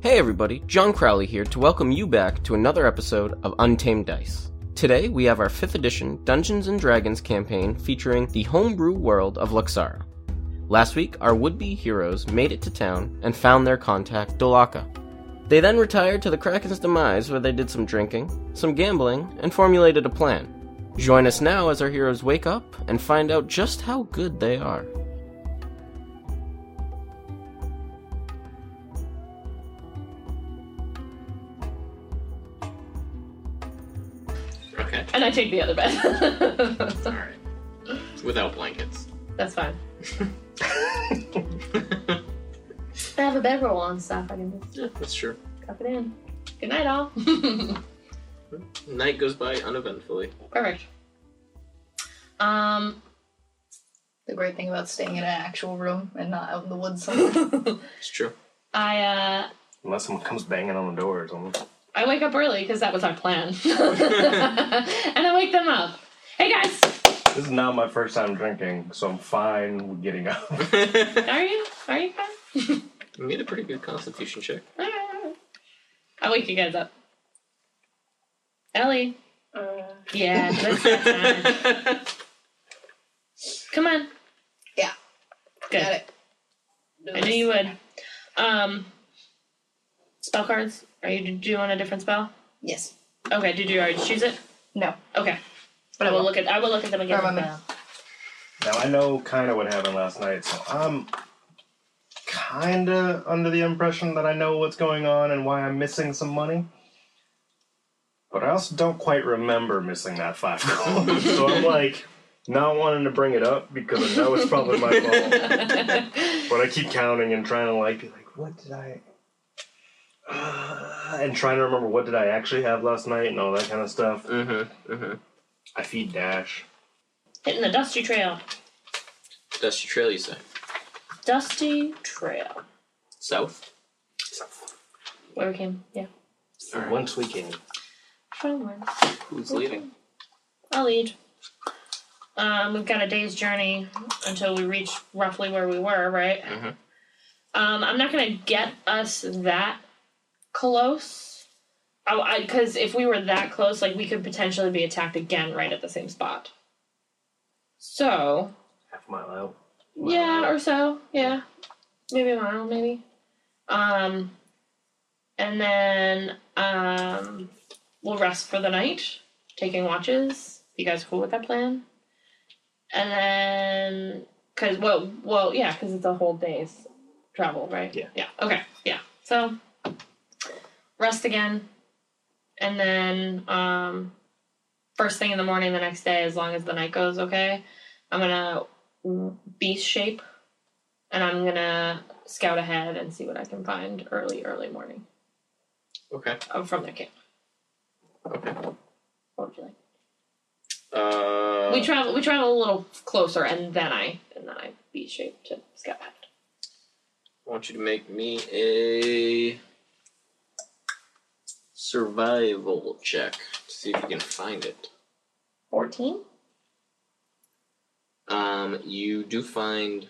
Hey everybody, John Crowley here to welcome you back to another episode of Untamed Dice. Today we have our 5th edition Dungeons and Dragons campaign featuring the homebrew world of Luxara. Last week, our would-be heroes made it to town and found their contact Dolaka. They then retired to the Kraken's demise where they did some drinking, some gambling, and formulated a plan. Join us now as our heroes wake up and find out just how good they are. Okay. And I take the other bed. Alright. Without blankets. That's fine. I have a bedroll on stuff. I can just yeah, that's true. cup it in. Good night, all. Night goes by uneventfully. Perfect. Um, The great thing about staying in an actual room and not out in the woods somewhere. I It's true. uh, Unless someone comes banging on the door or something. I wake up early because that was our plan, and I wake them up. Hey guys, This is not my first time drinking, so I'm fine with getting up. I are you? Are you fine? made a pretty good constitution check. Ah. I wake you guys up. Ellie. Uh, Yeah. that's that time. Mm-hmm, Come on. Yeah. Good. Got it. I knew you would. Um, spell cards. Are you do you want a different spell? Yes. Okay. Did you already choose it? No. Okay. But I will look at I will look at them again. Or my mouth. Now I know kind of what happened last night, so I'm kind of under the impression that I know what's going on and why I'm missing some money. But I also don't quite remember missing that five gold, so I'm like not wanting to bring it up because I know it's probably my fault. But I keep counting and trying to like be like, what did I? Uh, and trying to remember what did I actually have last night and all that kind of stuff. Mm-hmm. Mm-hmm. I feed Dash. Hitting the dusty trail. Dusty trail, you say? Dusty trail. South. Where we came. Yeah. Alright. Once we came. From where? Who's leading? I'll lead. Um, we've got a day's journey until we reach roughly where we were, right? Mhm. Um, I'm not gonna get us that close. I because if we were that close, like we could potentially be attacked again right at the same spot. So half mile out. yeah, or so yeah, maybe a mile, maybe. Um, and then um, we'll rest for the night, taking watches. You guys cool with that plan? And then, cause well, well, yeah, cause it's a whole day's travel, right? Yeah. Yeah. Okay. Yeah. So rest again, and then um, first thing in the morning the next day, as long as the night goes okay, I'm gonna beast shape, and I'm gonna scout ahead and see what I can find early, early morning Okay. uh, from their camp. Okay. What would you like? Uh, we travel. We travel a little closer, and then I and then I B shape to scout ahead. I want you to make me a survival check to see if you can find it. Fourteen. Um, you do find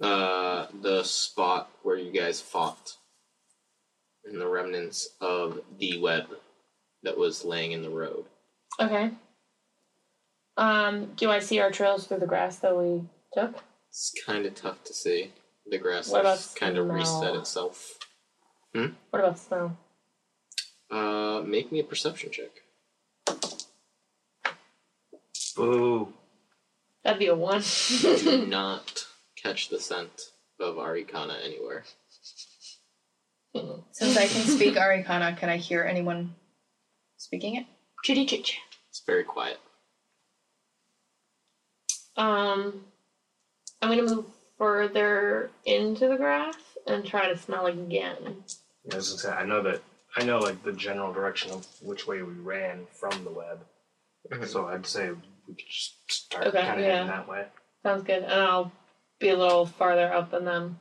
uh, the spot where you guys fought and the remnants of the web that was laying in the road. Okay. Um, do I see our trails through the grass that we took? It's kind of tough to see. The grass What has about kind of reset smell? itself. What about snow? Uh, make me a perception check. Boo. That'd be a one. You do not catch the scent of Arikana anywhere. Since I can speak Arikana, can I hear anyone speaking it? Chitty chit chat. It's very quiet. Um, I'm gonna move further into the grass and try to smell again. I was gonna say, I know that I know like the general direction of which way we ran from the web. Mhm. So I'd say we could just start Okay, kind of yeah. heading that way. Sounds good. And I'll be a little farther up than them,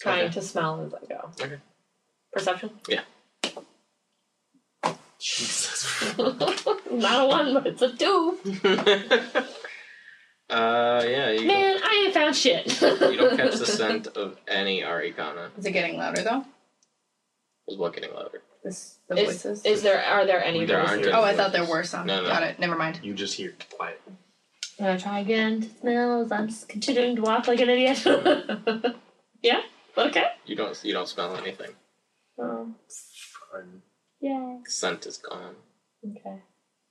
trying to smell as I go. Okay. Perception. Jesus. Not a one, but it's a two. uh, yeah, you don't, Man, I ain't found shit. you don't catch the scent of any Arikana. Is it getting louder though? Is what getting louder? This the Is- voices. Is there are there any? There voices? aren't any. oh, I thought there were some. No, no. Got it. Never mind. You just hear quiet. Can I try again to smells? I'm just continuing to walk like an idiot. yeah. Okay. You don't. You don't smell anything. Oh, Fine. yeah. Scent is gone. Okay.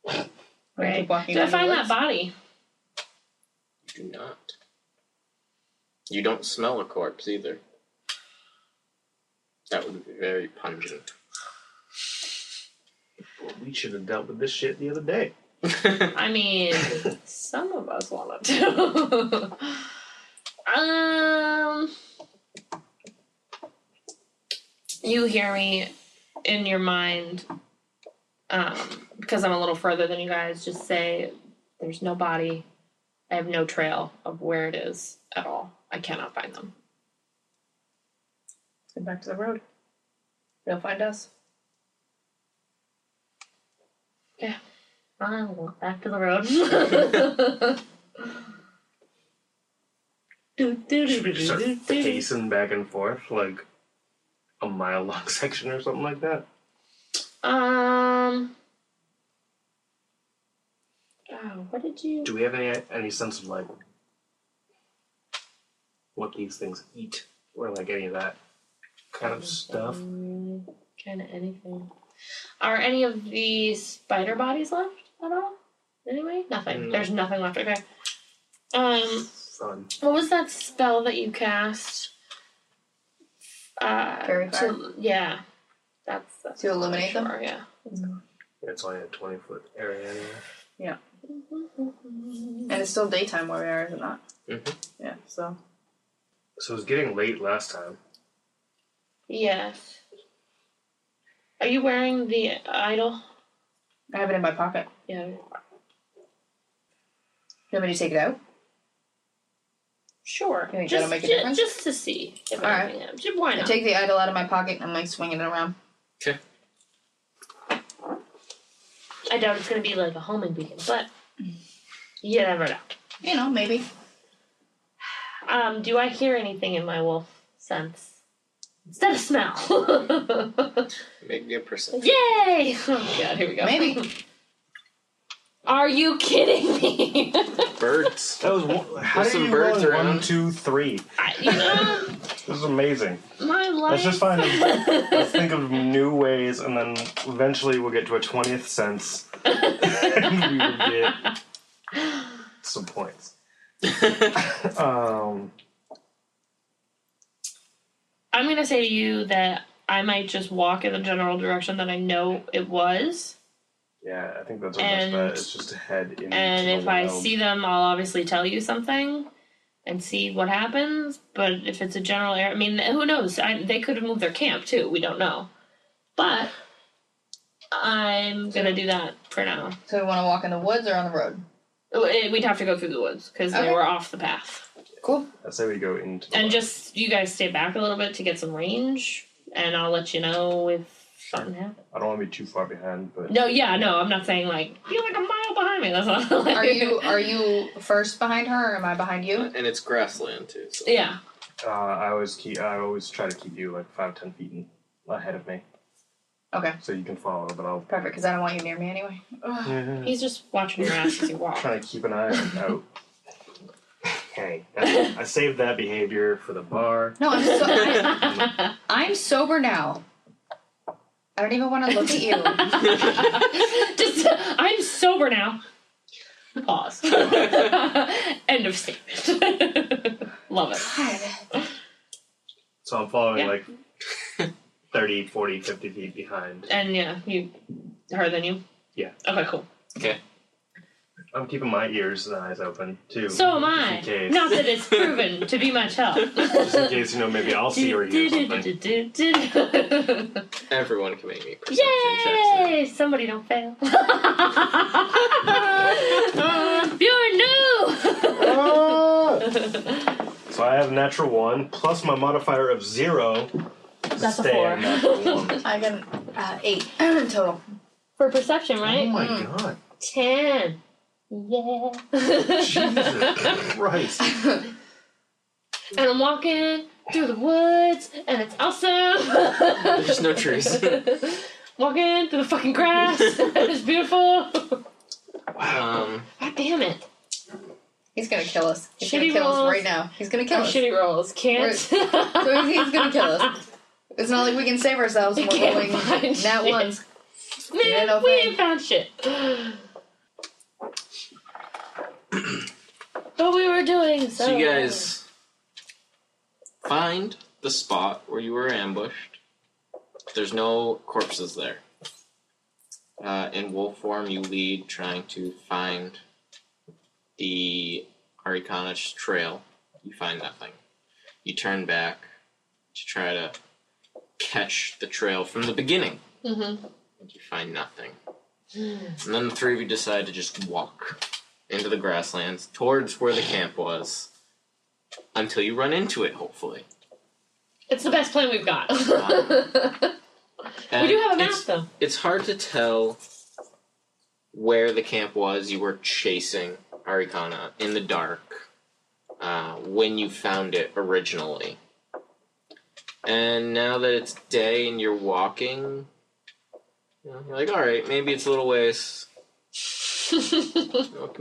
I'm gonna Right. keep walking Did I down the find that woods. body? You do not. You don't smell a corpse either. That would be very pungent. We should have dealt with this shit the other day. I mean, some of us wanted to. um, you hear me in your mind, um, because I'm a little further than you guys. Just say, "There's no body. I have no trail of where it is at all. I cannot find them." Get back to the road. They'll find us. I walk back to the road. Do, do, do, Should we do, just start do, do. pacing back and forth like a mile long section or something like that? Um. Oh, what did you? Do we have any any sense of like what these things eat or like any of that kind of stuff? Kind of anything. Are any of the spider bodies left at all? Anyway, nothing. No. There's nothing left. Okay. Um, Fun. what was that spell that you cast? Uh, Fairy to- fire? yeah, that's, that's To illuminate them? sure, Yeah. It's only a twenty foot area. Anyway. And it's still daytime where we are, is it not? Mhm. Yeah. So So it was getting late last time. Yes. Are you wearing the idol? I have it in my pocket. Yeah. You want me to take it out? Sure. You think just, that'll make a ju- difference? just to see. If All right. anything happens. Ju- Why I not? take the idol out of my pocket and I'm like swinging it around. I doubt it's going to be like a homing beacon, but you never know. You know, maybe. Um, do I hear anything in my wolf sense? Instead of smell. Make me a perception. Yay! Oh god, here we go. Maybe. Are you kidding me? Birds. That was one, how There's did some you birds roll around. one, two, three? I, you know, This is amazing. my life. Let's just find a, let's think of new ways, and then eventually we'll get to a twentieth sense. and we will get some points. Um, I'm gonna say to you that I might just walk in the general direction that I know it was, yeah, I think that's our best And- bet. It's just to head into and the if I wild. see them, I'll obviously tell you something and see what happens. But if it's a general area, I mean, who knows? I, they could have moved their camp too. We don't know. But I'm gonna do that for now. So we want to walk in the woods or on the road? Uh, We'd have to go through the woods because Okay. they were off the path. Cool. I say we go into the And wild. just you guys stay back a little bit to get some range, and I'll let you know if something happens. I don't want to be too far behind, but No, yeah, no, I'm not saying like you're like a mile behind me. That's not. Like, Are you are you first behind her or am I behind you? and it's grassland too. So. Yeah. uh, I always keep I always try to keep you like five ten feet in, ahead of me, Okay. so you can follow. But I'll Perfect, because I don't want you near me anyway. Ugh. He's just watching your ass as you walk. trying to keep an eye out. Okay, that's- I saved that behavior for the bar. No, I'm so I, I I'm sober now. I don't even want to look at you. just I'm sober now. Pause. End of statement. Love it. So I'm following Yeah. like 30, 40, 50 feet behind. And yeah, you her than you. Yeah. Okay, cool. I'm keeping my ears and eyes open too. So am just I. In case, Not that it's proven to be much help. just in case you know, maybe I'll see or hear something. Everyone can make me perception checks. Yay! Somebody don't fail. You're new. Ah! So I have natural one plus my modifier of zero. To That's a stay four. at natural one. I got an, uh, eight total. For perception, Oh right? my Mm. god. Ten. Yeah. Jesus Christ. and I'm walking through the woods, and it's awesome. There's no trees. walking through the fucking grass, and it's beautiful. Um, God damn it. He's gonna kill us. He's Shitty gonna kill rolls. us right now. He's gonna kill Our us. shitty rolls can't. So he's gonna kill us. It's not like we can save ourselves when We we're can't rolling find nat shit. ones. Man, Yeah, no we thing. ain't found shit. but we were doing so. so you guys find the spot where you were ambushed. There's no corpses there. Uh, in wolf form, you lead, trying to find the Arikanish trail. You find nothing. You turn back to try to catch the trail from the beginning. Mm-hmm. You find nothing. And then the three of you decide to just walk into the grasslands towards where the camp was until you run into it, hopefully. It's the best plan we've got. we And do have a map, Uh, it's, though. it's hard to tell where the camp was. You were chasing Arikana in the dark uh, when you found it originally. And now that it's day and you're walking, you know, you're like, all right, maybe it's a little ways. Okay,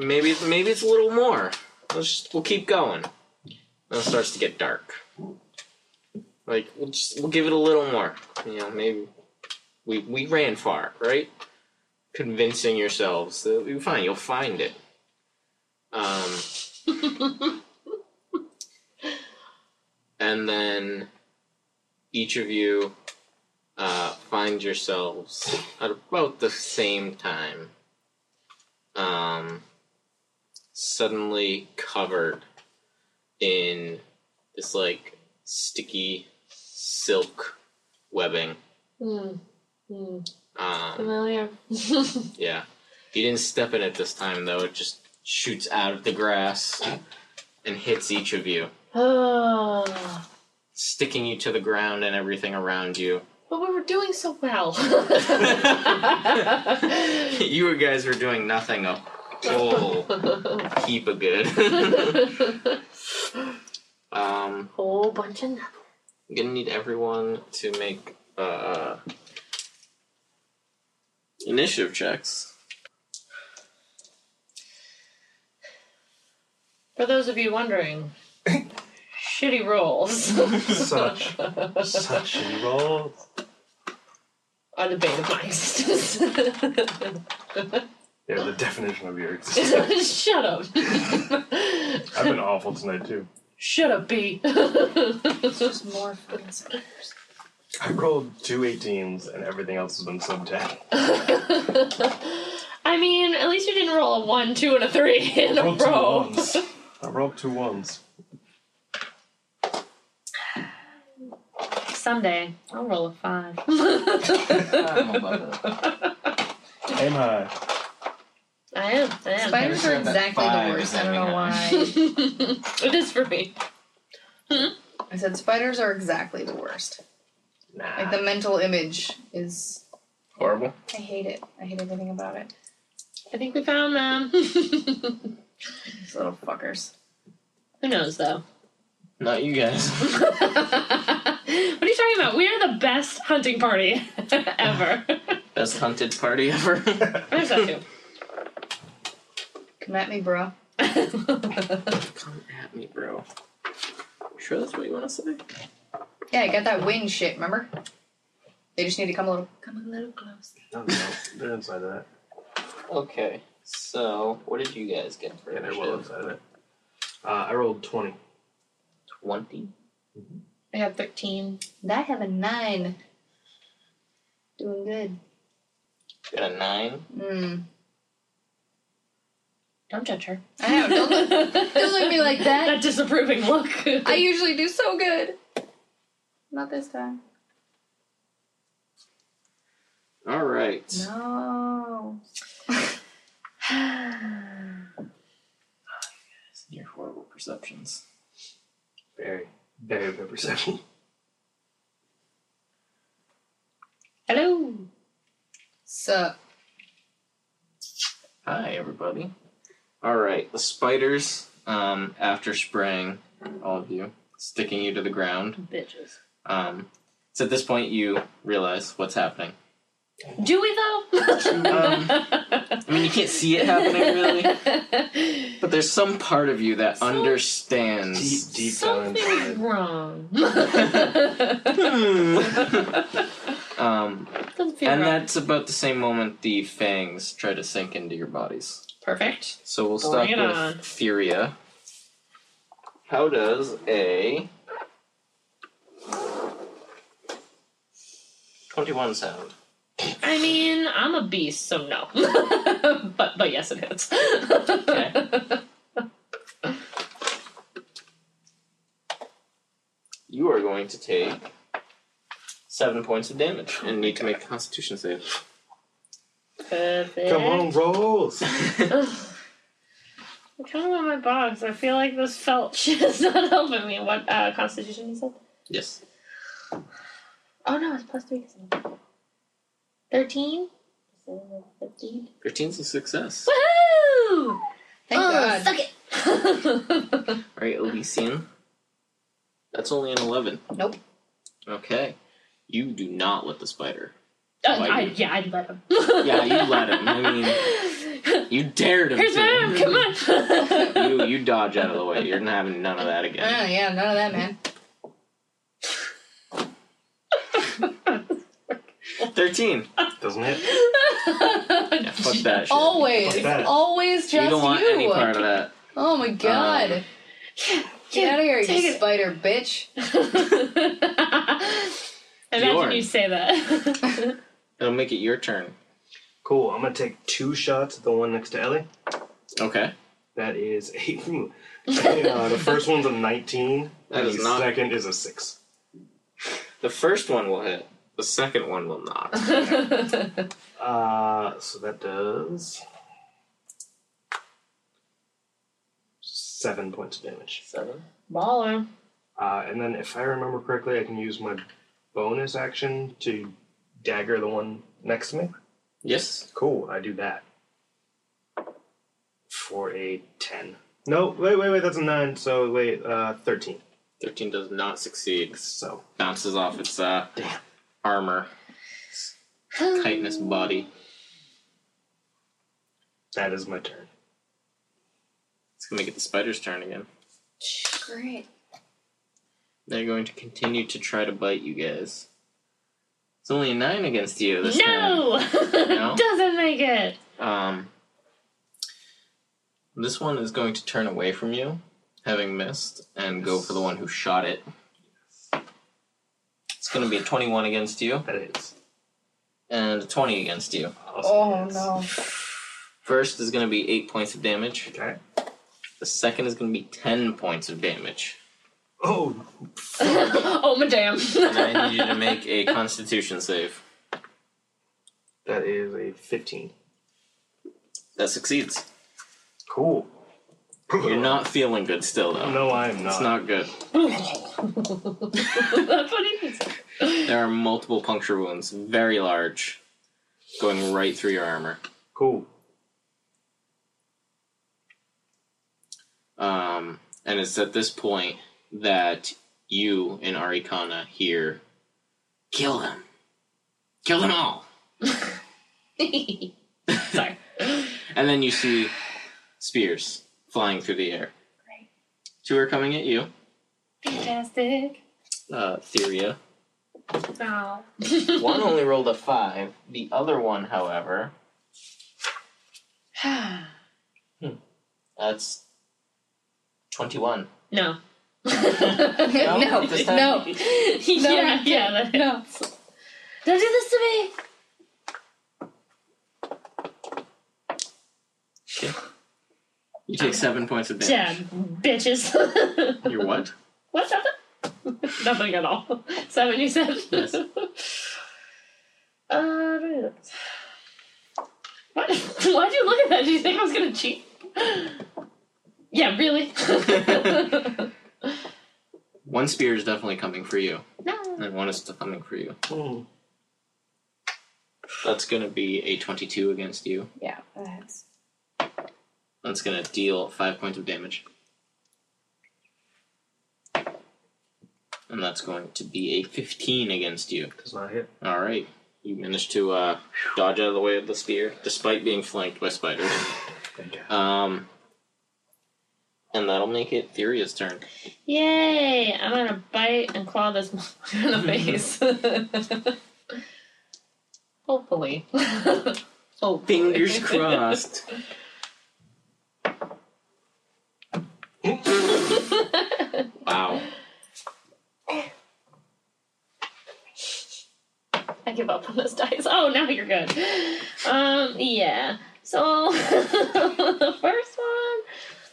maybe it's- maybe it's a little more. Let's just, we'll keep going. Then it starts to get dark. Like we'll just we'll give it a little more. You know, maybe we we ran far, right? Convincing yourselves that you fine, you'll find it. Um, and then each of you uh, find yourselves at about the same time. Um, suddenly covered in this like sticky silk webbing. Hmm. Mm. Mm. Um, Familiar. yeah. He didn't step in it this time, though. It just shoots out of the grass and hits each of you, oh, sticking you to the ground and everything around you. but we were doing so well. you guys were doing nothing a whole heap of good. um, Whole bunch of nothing. I'm gonna need everyone to make uh, initiative checks. For those of you wondering, shitty rolls Such, such roll. are the bane of my existence. Yeah, the definition of your existence. Shut up. I've been awful tonight too. Shut up, B. Just more fucking spiders. I rolled two 18s and everything else has been sub 10. I mean, at least you didn't roll a one, two, and a three in I a rolled two row. ones. I rolled two ones. Someday, I'll roll a five. Aim high. I am. I am. Spiders are Better set that exactly five the worst. I than don't know why. it is for me. I said spiders are exactly the worst. Like Nah. the mental image is. Horrible. I hate it. I hate everything about it. I think we found them. These little fuckers. Who knows, though? Not you guys. what are you talking about? We are the best hunting party ever. Best hunted party ever. There's that too. Come at me, bro. Come at me, bro. Sure, that's what you want to say? Yeah, I got that wing shit. Remember? They just need to come a little. Come a little close. No, no, they're inside of that. Okay. So, what did you guys get for Yeah, they're well inside of it. Uh, I rolled 20. 20. I had 13. And I have a nine. Doing good. Got a 9. Mm. Don't judge her. I know. Don't look, don't look at me like that. That disapproving look. I usually do so good. Not this time. All right. No. Your horrible perceptions. Very, very good perception. Hello. So Hi, everybody. All right. The spiders, um, after spraying all of you, sticking you to the ground. Bitches. Um, so at this point, you realize what's happening. Do we though? Um, I mean, you can't see it happening really, really. but there's some part of you that So- understands. Deep, deep down Something's inside. wrong. um, Doesn't feel and right. that's about the same moment the fangs try to sink into your bodies. perfect. So we'll Bring start it with on. Theria. How does a 21 sound? I mean, I'm a beast, so no. but but yes, it is. Okay. You are going to take seven points of damage and need to make a constitution save. Perfect. Come on, rolls. I kind of want my box. I feel like this felt is not helping me. What uh, Constitution you said? yes. Oh no, it's plus three. 'cause I'm- Thirteen. Fifteen. 13's a success. Woohoo! Thank oh, God. Suck it. All right, Elysian. That's only an 11. Nope. Okay. You do not let the spider. Uh, Why I, you- yeah, I'd let him. Yeah, you let him. I mean, you dared him here's to. my arm. Come on. You, you dodge out of the way. You're not having none of that again. Oh, yeah, none of that, man. 13. Doesn't hit. Yeah, fuck that shit. Always, Fuck that. always Oh, just you don't want any part of that. Oh my God. Um, Get out of here, Take you it. spider bitch. Imagine Bjorn. you say that. It'll make it your turn. Cool. I'm gonna take two shots at the one next to Ellie. Okay. That is eight. uh, the first one's a 19. That and is the not- second is a six. The first one will hit. The second one will not. Uh, so that does seven points of damage. Seven. Baller. Uh, and then, if I remember correctly, I can use my bonus action to dagger the one next to me. Yes. Cool, I do that. For a 10. No, wait, wait, wait, that's a 9, so wait, uh, 13. Thirteen does not succeed. So, Bounces off its uh, Damn. armor, chitinous body. that is my turn. It's gonna make it the spider's turn again. Great. They're going to continue to try to bite you guys. It's only a nine against you this time. No! No? Doesn't make it. Um, this one is going to turn away from you, having missed, and go for the one who shot it. It's going to be a 21 against you That is. and a 20 against you. Oh Awesome. no. First is going to be 8 points of damage. Okay. The second is going to be 10 points of damage. Oh, oh my damn. And I need you to make a constitution save. that is a 15. That succeeds. Cool. You're not feeling good still, though. No, I'm not. It's not good. That's what he was. There are multiple puncture wounds, very large, going right through your armor. Cool. Um, and it's at this point that you and Arikana hear, "Kill them, kill them all." Sorry. And then you see spears flying through the air. Great. Two are coming at you, Fantastic. uh, Theria. Oh. one only rolled a five. The other one, however, Hmm. that's twenty-one. no. No, no, this time- no. yeah, you yeah. That, No. Don't do this to me. You take seven points of Dad, damage. bitches. You're what? What? Nothing? Nothing at all. Seven, you said? Yes. uh, what? Why'd you look at that? Did you think I was gonna cheat? Yeah, really? One spear is definitely coming for you, no. and one is still coming for you. Hmm. That's gonna be a twenty-two against you. Yeah, that's That's gonna deal five points of damage. and that's going to be a 15 against you. Does not hit. All right. You managed to uh, dodge out of the way of the spear, despite being flanked by spiders. Um, and that'll make it Theria's turn. Yay! I'm gonna bite and claw this motherfucker in the face. Hopefully. Hopefully. Fingers crossed. Wow. I give up on those dice. Oh, now you're good. Um, yeah. So the first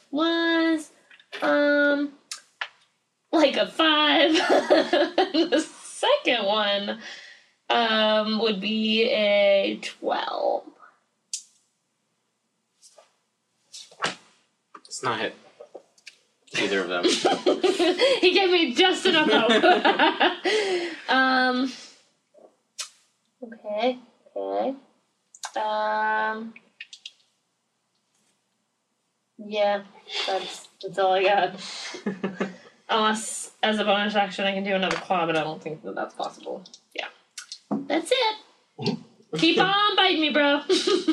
one was um like a five. the second one um would be a twelve. It's not hit. Either of them. he gave me just enough hope. um, okay, okay. Um, yeah, that's that's all I got. Unless, as a bonus action, I can do another claw, but I don't think that that's possible. Yeah, that's it. Keep on biting me, bro.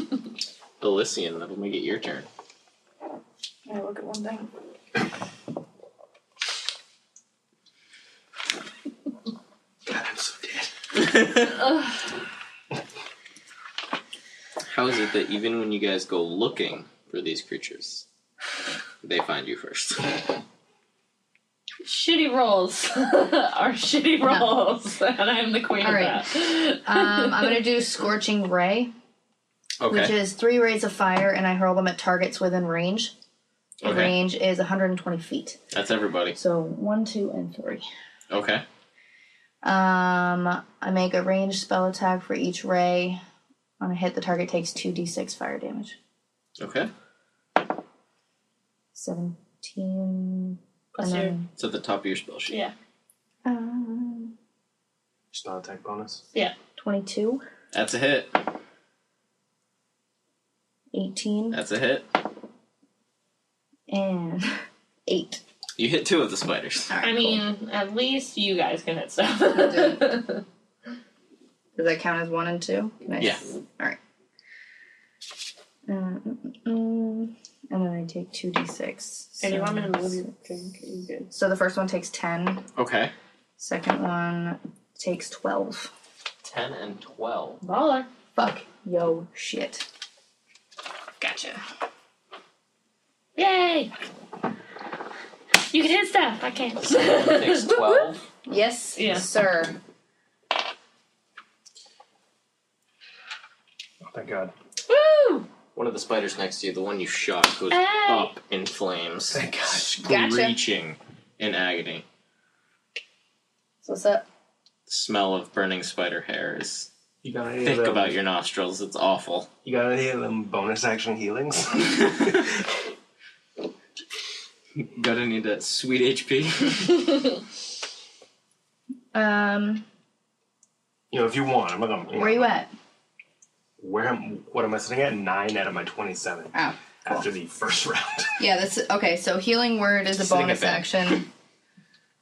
Elysian, that'll make it your turn. I look at one thing. God, I'm so dead. How is it that even when you guys go looking for these creatures, they find you first? shitty rolls are shitty rolls, and I'm the queen All right. of that. Um, I'm gonna do scorching ray, which Okay. is three rays of fire, and I hurl them at targets within range. The Okay. Range is 120 feet, That's everybody. so one, two, and three. Okay. Um, I make a ranged spell attack for each ray. On a hit, the target takes 2d6 fire damage. Okay. 17. Plus and your- then- It's at the top of your spell sheet. yeah, um, Spell attack bonus. 22, That's a hit. 18, That's a hit. and 8. You hit two of the spiders. I mean, at least you guys can hit stuff. did. Does that count as one and two? Nice. Yeah. All right. Uh, mm, mm, and then I take two d six. and you want me to move your drink? You good? So the first one takes ten. Okay. Second one takes twelve. 10 and 12. Baller. Fuck yo shit. Gotcha. Yay! You can hit stuff. I can't. Someone takes 12. Yes, Yeah. sir. Oh, thank God. Woo! One of the spiders next to you, the one you shot, goes Hey. up in flames, Thank God. Gotcha. screeching in agony. So what's up? The smell of burning spider hair is You got any thick of them? about your nostrils. It's awful. You got any of them bonus action healings? Gotta need that sweet HP. Um, you know, if you want, I'm not gonna. where you at? Where am? What am I sitting at? Nine out of my twenty-seven Oh, after the first round. yeah. That's okay. So healing word is a Sling it bonus back. action.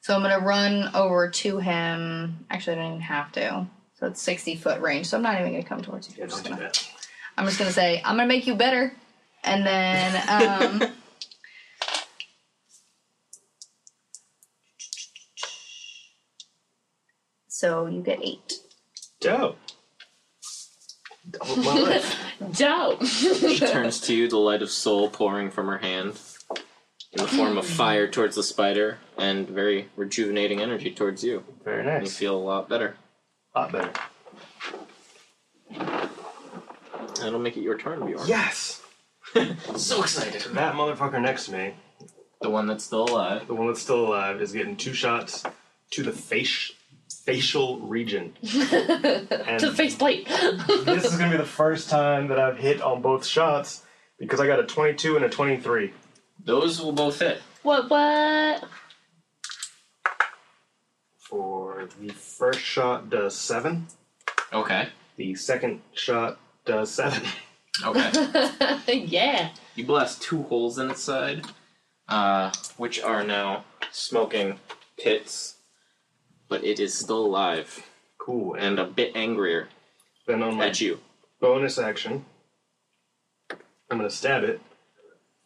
So I'm gonna run over to him. Actually, I don't even have to. So it's 60 foot range. So I'm not even gonna come towards you. yeah, I'm just don't do gonna that. I'm just gonna say I'm gonna make you better, and then um, so you get eight. Dope. Double my life. Dope. she turns to you, the light of soul pouring from her hand in the form of fire towards the spider and very rejuvenating energy towards you. Very You nice. feel a lot better. A lot better. That'll make it your turn, Bjorn. Yes. so excited. That motherfucker next to me, The one that's still alive. the one that's still alive, is getting two shots to the face facial region. And to the face plate. this is gonna be the first time that I've hit on both shots because I got a 22 and a 23. Those will both hit. what? What? For the first shot does seven. Okay. The second shot does seven. Okay. yeah. You blast two holes in its side, uh, which are now smoking pits but it is still alive Cool. and And a bit angrier then on Oh my at you. bonus action, I'm going to stab it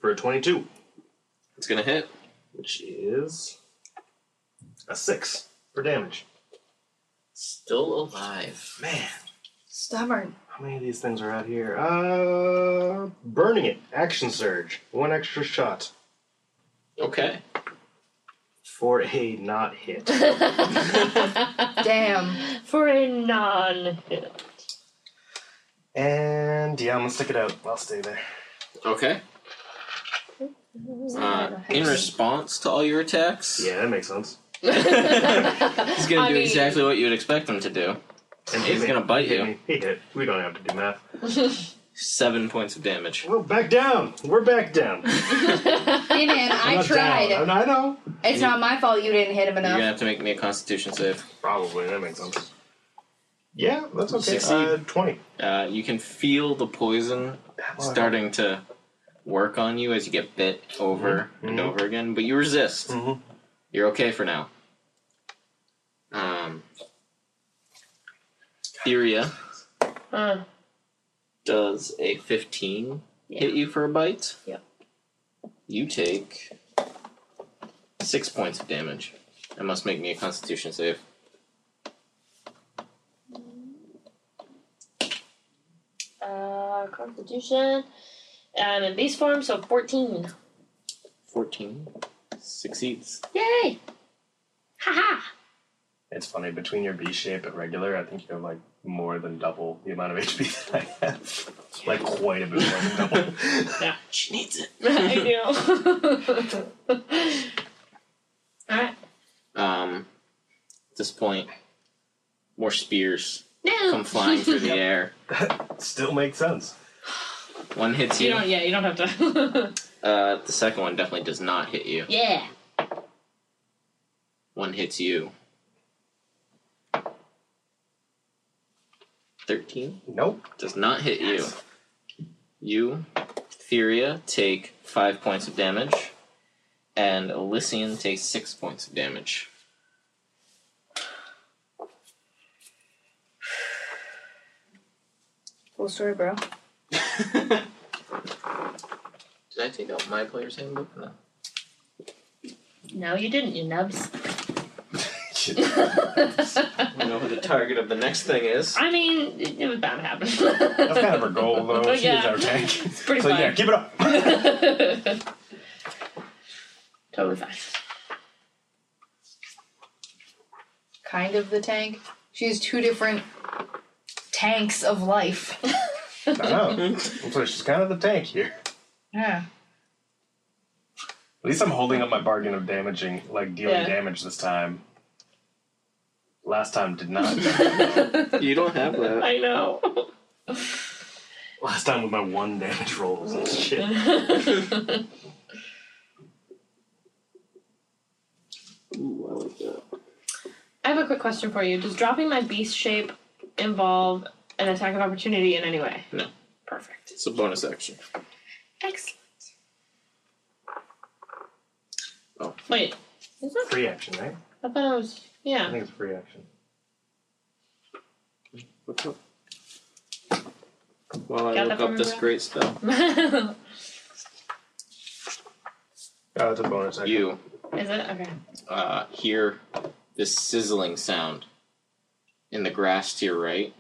for a 22, It's gonna hit. which is a 6 for damage. Still alive. Man, Stubborn. how many of these things are out here? Uh, burning it. Action surge. One extra shot Okay. for a not hit. Uh, Damn. For a non hit. And yeah, I'm going to stick it out. I'll stay there. Okay. Uh, in response to all your attacks, Yeah, that makes sense. he's gonna I do mean- exactly what you'd expect him to do. And He's he gonna bite hit you. me. He hit. We don't have to do math. Seven points of damage. Well, back down. We're back down. Hey man, I Not tried. down. I know. It's not my fault you didn't hit him You're gonna enough. have to make me a Constitution save. Probably that makes sense. Yeah, that's okay. Succeed. Uh, Twenty. Uh, you can feel the poison starting to work on you as you get bit over and Mhm. over again, but you resist. Mhm. You're okay for now. Um, Theria Huh. does a 15 hit you for a bite. Yep. You take six points of damage. That must make me a Constitution save. Uh, Constitution. I'm in base form, so 14. 14 succeeds. Yay! Haha! It's funny between your B shape and regular. I think you have like more than double the amount of HP that I have. Like quite a bit more than double. She needs it. I do. Alright. Um, at this point, more spears No! come flying through the air. Still makes sense. One hits You you. don't, yeah, you don't have to. Uh, the second one definitely does not hit you. yeah! One hits you. 13 Nope. does not hit you. You, Furia, take 5 points of damage, and Elysian takes 6 points of damage. Cool story, bro. Did I take out my player's handbook? No. No, you didn't, you nubs. I don't know who the target of the next thing is. I mean, it, it was bound to happen. That's kind of her goal though. She is Yeah. our tank. It's pretty So fun. yeah, keep it up. totally fine. Kind of the tank. She has two different tanks of life. I know. So she's kind of the tank here. Yeah. At least I'm holding up my bargain of damaging, like dealing Yeah. damage this time. Last time did not. You don't have that. I know. Last time with my one damage rolls and shit. Ooh, I like that. I have a quick question for you. Does dropping my beast shape involve an attack of opportunity in any way? No. Perfect. It's a bonus action. Excellent. Oh. Wait. Is that? Free action, right? I thought I was. I Yeah. think it's free action. What's up? While I Got look that up from this Brad? great spell. is Oh, it's a bonus action. You it? Okay. uh, hear this sizzling sound in the grass to your right,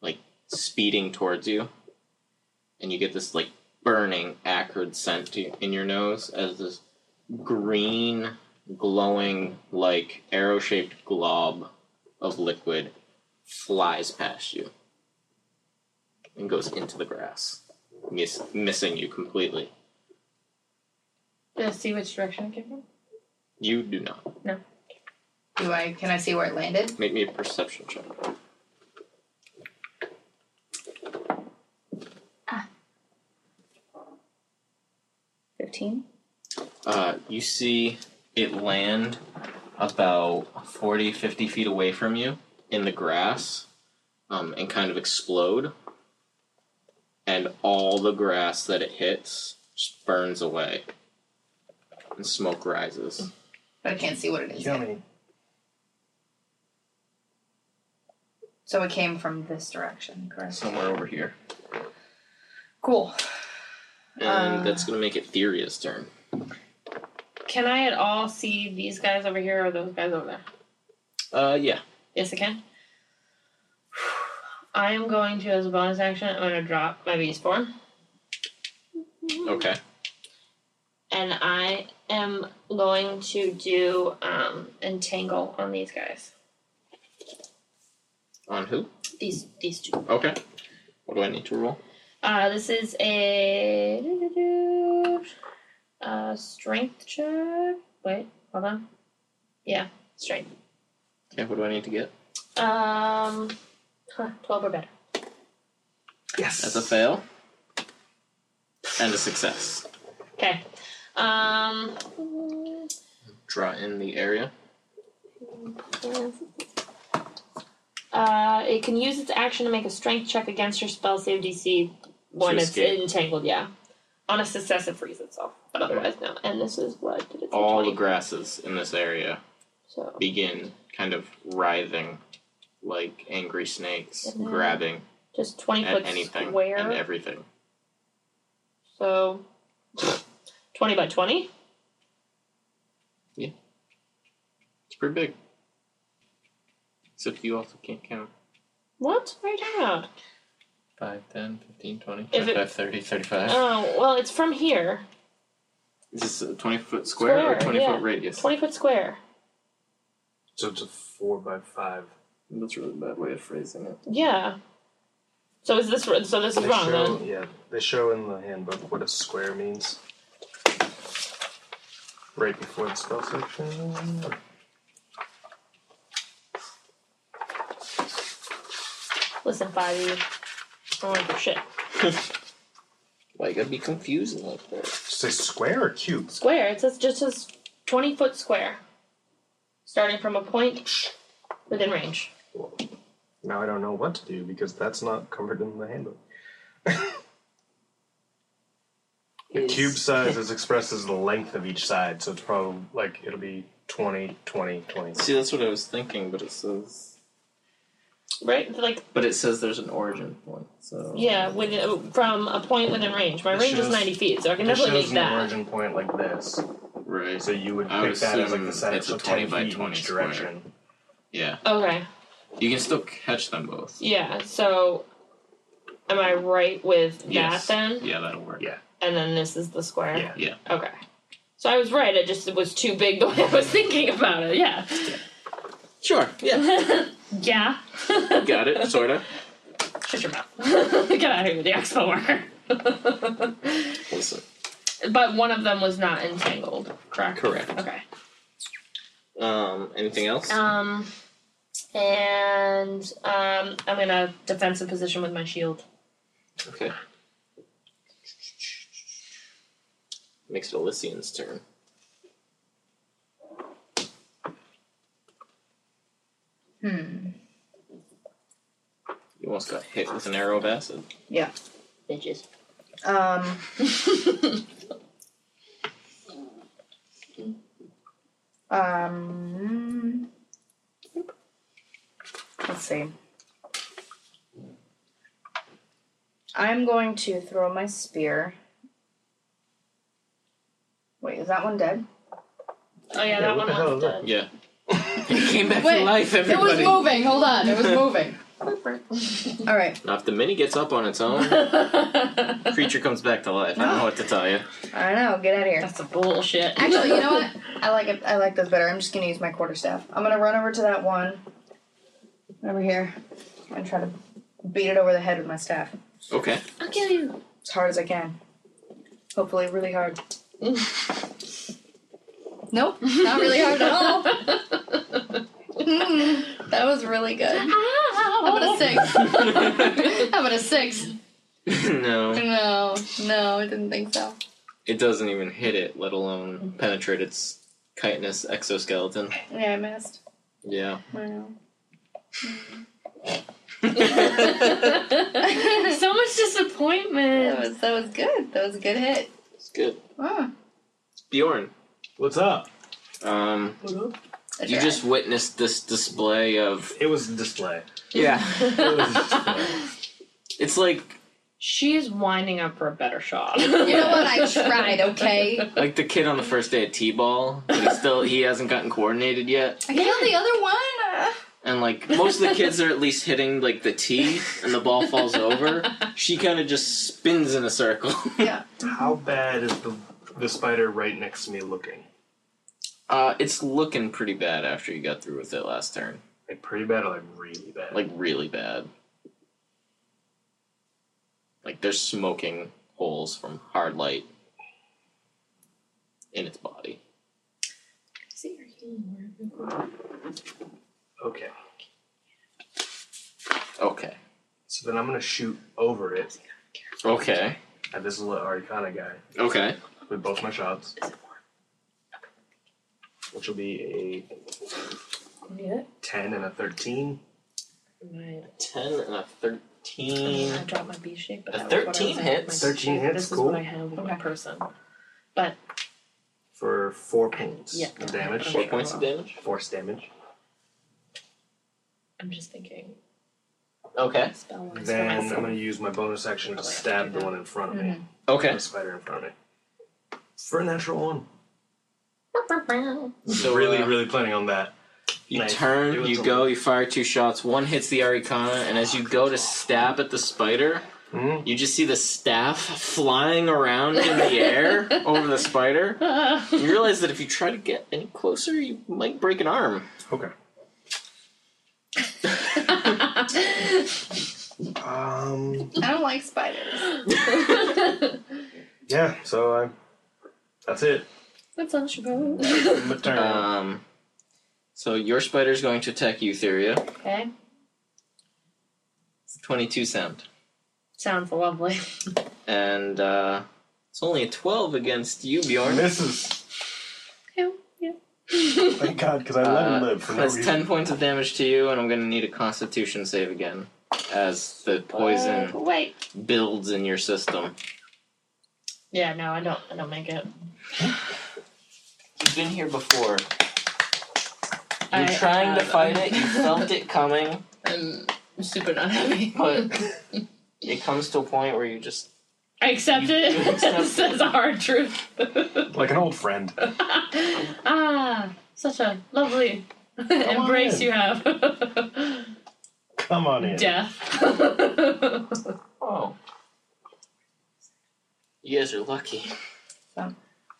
like speeding towards you, and you get this like burning, acrid scent to, in your nose as this green, glowing, like arrow shaped glob of liquid flies past you and goes into the grass, miss- missing you completely. Did I see which direction it came from? You do not. Do I? Can I see where it landed? Make me a perception check. Fifteen. Uh, you see it land about 40, 50 feet away from you in the grass um, and kind of explode. And all the grass that it hits just burns away. And smoke rises. But I can't see what it is. yet. Yummy. So it came from this direction, correct? somewhere over here. Cool. And Uh. that's gonna make it Theria's turn. Can I at all see these guys over here or those guys over there? Uh, yeah. Yes, I can. I am going to, as a bonus action, I'm going to drop my beast form. Okay. And I am going to do um, entangle on these guys. On who? These these two. Okay. What do I need to roll? Uh, this is a uh, strength check. Wait, hold on. Yeah, strength. Okay. What do I need to get? Um, huh, twelve or better. Yes. That's a fail. And a success. Okay. Um, Draw in the area. Uh, it can use its action to make a strength check against your spell save DC when To it's escape. entangled, yeah. On a success, it frees itself, but otherwise, no. And this is what did it say? All the 20? grasses in this area So, begin kind of writhing like angry snakes, Mhm. grabbing just 20 at foot anything and square. everything. so, 20 by 20? It's pretty big. Except you also can't count. What? What are you talking about? 5, 10, 15, 20, If it- 25, 30, 35. Oh, well, it's from here. Is this a 20 foot square, or Square, 20 yeah. foot radius? 20 foot square. So it's a four by five. That's a really bad way of phrasing it. Yeah. So is this so this is They wrong show, then? yeah, they show in the handbook what a square means. Right before the spell section. Listen, 5e. I don't like your shit. Why you gotta be confusing like that? Say square or cube? square. It says just says twenty foot square, starting from a point within range. Now I don't know what to do because that's not covered in the handbook. The Is- cube size is expressed as the length of each side, so it's probably like it'll be 20, 20, 20. See, that's what I was thinking, but it says. Right, like But it says there's an origin point, so. yeah, within, from a point within range. My It range is shows- ninety feet, so I can It definitely shows make an that. origin point like this, Right. so you would I pick would that as like assume the center, it's so a 20 20 by feet 20 in each square. direction. Yeah. Okay, You can still catch them both. yeah. So, am I right with Yes. that then? Yeah, that'll work. Yeah. And then this is the square. Yeah. Yeah. Okay. So I was right. It just was too big the way I was thinking about it. Yeah. Sure. Yeah. yeah. Got it, sorta. Shut your mouth. Get out of here with the expo worker. Listen. But one of them was not entangled, correct? Correct. Okay. Um, anything else? Um, and um, I'm in a defensive position with my shield. Okay. Makes it Elysian's turn. Hmm. You almost got hit with an arrow of acid. Bitches. Um. Um, let's see. I'm going to throw my spear. Wait, is that one dead? oh yeah, Yeah, that what one the hell was is that? dead. Yeah. it came back Wait, to life, everybody. moving. Hold on, it was moving. All right, Now, if the mini gets up on its own, creature comes back to life. I don't know what to tell you. I don't know. Get out of here. That's some bullshit. Actually, you know what? I like it. I like this better. I'm just gonna use my quarterstaff. I'm gonna run over to that one over here and try to beat it over the head with my staff Okay. I'll kill you. as hard as I can. Hopefully, really hard. Nope, not really hard at all. Mm, that was really good. How about a six? How about a six? no, No, no, I didn't think so. it doesn't even hit it, let alone penetrate its chitinous exoskeleton. Yeah, I missed. Yeah. Wow. it's that so much disappointment. was that was good. That was a good hit. good. Wow. Bjorn. What's up? Um, That's You right. just witnessed this display of It was a display. yeah. It was a display. It's like She's winding up for a better shot. you You know what? I tried. Okay. like the kid on the first day at t-ball. but He still he hasn't gotten coordinated yet, I got the other one. Uh, and like most of the kids are at least hitting like the tee, and the ball falls over. She kind of just spins in a circle. yeah. How bad is the the spider right next to me looking? Uh, it's looking pretty bad after you got through with it last turn. Like pretty bad or like really bad? Like really bad. Like there's smoking holes from hard light in its body. okay. Okay. So then I'm gonna shoot over it Okay. at this little Arcana guy Okay. with both my shots. Which will be a need it? ten and a thirteen. Right. Ten and a thirteen. I dropped my B shape. But A that was what I 13 was at, hits. my B 13 shape. Mm. hits, This cool. is what I have with my Okay. person. for four points Yeah. of damage. Four points of damage. Force damage. I'm just thinking. Okay. Spell when I spell Then I'm myself. going to use my bonus action to Oh, I have to stab do the that. one in front of me, Okay. the spider in front of me, for a natural one. So, really, uh, really planning on that. You Nice. It turn, was you a- go, you fire two shots. One hits the Arikana, and as you go to stab at the spider, Mhm. you just see the staff flying around in the air over the spider. You realize that if you try to get any closer, you might break an arm. Okay. Um. I don't like spiders. Yeah. So I. That's it. That's all she wrote. My turn. Um, so your spider's going to attack you, Theria. Okay. Twenty-two sound, Sounds lovely. and uh, it's only a twelve against you, Bjorn. Misses. Yeah, yeah. Thank God, because I let Uh, him live for no That's reason. ten points of damage to you, and I'm going to need a Constitution save again, as the poison Uh, wait. builds in your system. Yeah, no, I don't. I don't make it. You've been here before. You're I- trying to uh, fight it. You felt it coming, I'm super not happy. but it comes to a point where you just I accept You- it. you accept This is a hard truth. Like an old friend. ah, such a lovely embrace in. you have. Come on in. Death. oh. You guys are lucky. Oh.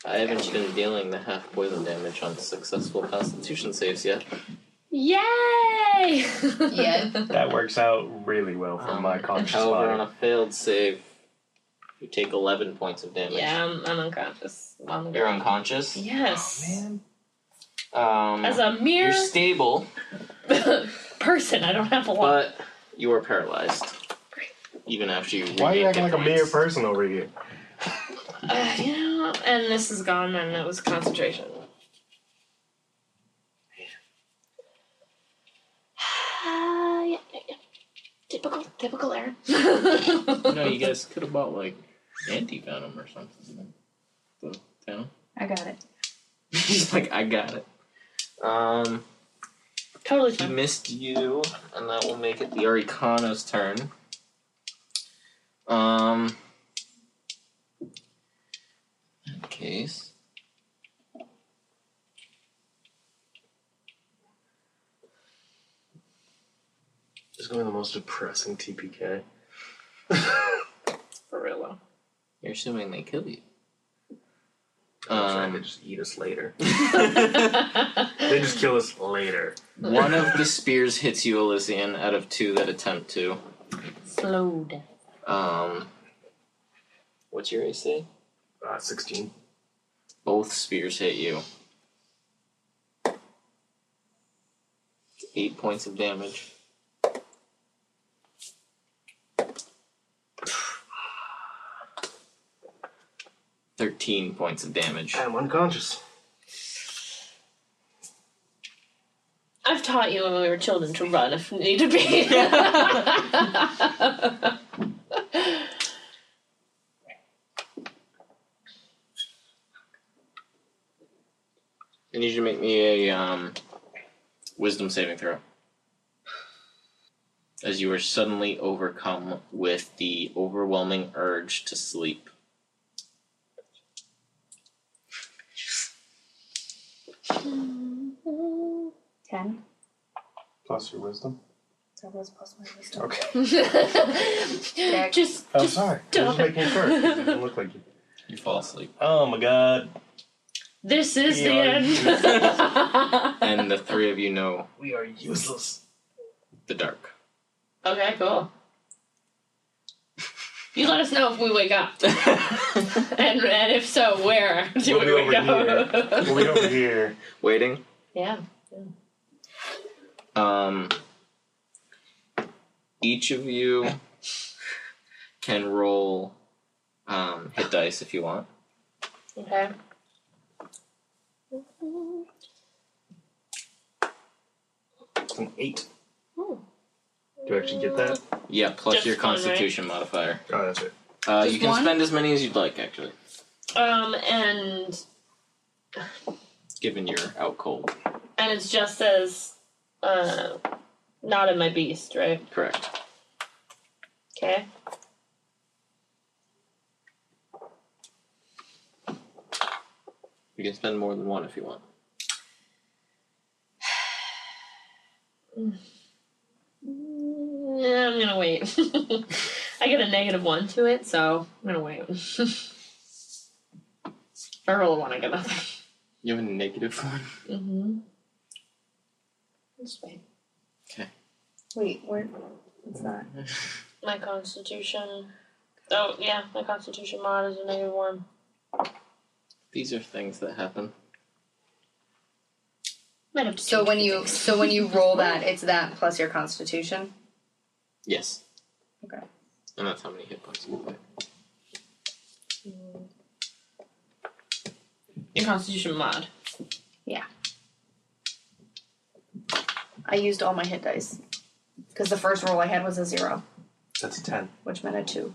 I haven't been dealing the half poison damage on successful Constitution saves yet. Yay! Yeah. That works out really well for Um, my conscious However, on body. a failed save, you take eleven points of damage. Yeah, I'm, I'm unconscious. I'm on the You're ground. unconscious. Yes. Oh, Um, As a you're mere stable, person, I don't have a lot. but you are paralyzed. Even after you. Why are you regain acting like hit a mere points. person over here? Uh, yeah, and this is gone, and it was concentration. Ah, yeah, yeah, yeah. Typical, typical Aaron. No, you guys could have bought like anti venom or something. The town. I got it. He's like, I got it. Um, totally he fine. missed you, and that will make it the Arikana's turn. Um, in that case. This is going the most depressing TPK. For real though. You're assuming they kill you. They'll try to Um, just eat us later. They just kill us later. One of the spears hits you, Elysian, out of two that attempt to. Slow down. Um, what's your AC? Uh, 16. Both spears hit you. Eight points of damage. Thirteen points of damage. I'm unconscious. I've taught you when we were children to run if need to be. I need you to make me a um Wisdom saving throw. As you are suddenly overcome with the overwhelming urge to sleep. Ten. Plus your wisdom. That was plus my wisdom. Okay. just, just. Oh, sorry. I was stop just making it. sure. 'cause It didn't look like you. You fall asleep. Oh my god. This is the Yeah. end. And the three of you know We are useless. the dark. okay, cool. You let us know if we wake up, and and if so, where do We'll we be wake over up? we over here. Waiting. yeah. Um, each of you can roll um, hit dice if you want. Okay. It's an eight. Ooh. Do I actually get that? Yeah, plus Just your one, right? Constitution modifier. Oh, that's it. Uh, Just you can one? spend as many as you'd like, actually, Um, and given you're out cold. and it's just as, uh, not in my beast, right? Correct. Okay. You can spend more than one if you want. Yeah, I'm gonna wait. I get a negative one to it, so I'm gonna wait. if I roll a one, I get nothing. You have a negative one. Mm-hmm. This way. Wait, where? It's not. My constitution. Oh yeah, my constitution mod is a negative one. These are things that happen. Might have to So change when the you things. so when you roll that, it's that plus your constitution. Yes. Okay. And that's how many hit points you play. your constitution mod. I used all my hit dice because the first roll I had was a zero, That's a ten. which meant a two.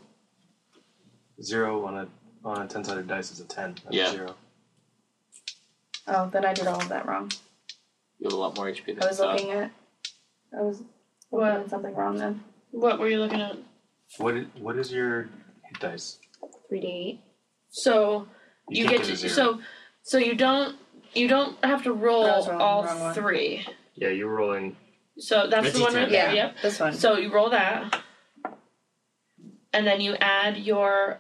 Zero on a on a ten sided dice is a ten. That's Yeah. Zero. Oh, then I did all of that wrong. You have a lot more HP than I was you thought. looking at. I was looking What? at something wrong then. What were you looking at? What i- what is your hit dice? Three d eight. So you, can't get to a zero. so so you don't you don't have to roll That was wrong, all wrong one. three. yeah, you're rolling. So that's It's the one right D10. there. Yeah, Yep. this one. So you roll that, and then you add your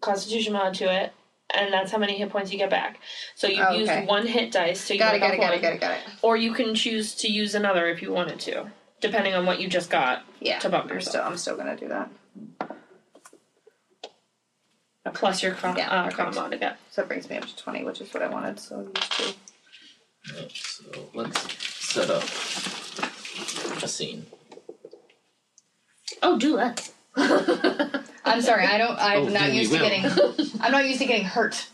Constitution mod to it, and that's how many hit points you get back. So you Oh, use okay. one hit dice, so you got it, make got up it, got one, it, got it, got it. or you can choose to use another if you wanted to, depending on what you just got. Yeah. To bump I'm yourself. still, I'm still gonna do that. Plus your con, Yeah, uh, con perfect. mod again. So it brings me up to twenty, which is what I wanted. So I'm used to. Alright, So let's set up a scene. Oh, do that. I'm sorry. I don't. I'm Oh, not then we used to will. getting. I'm not used to getting hurt.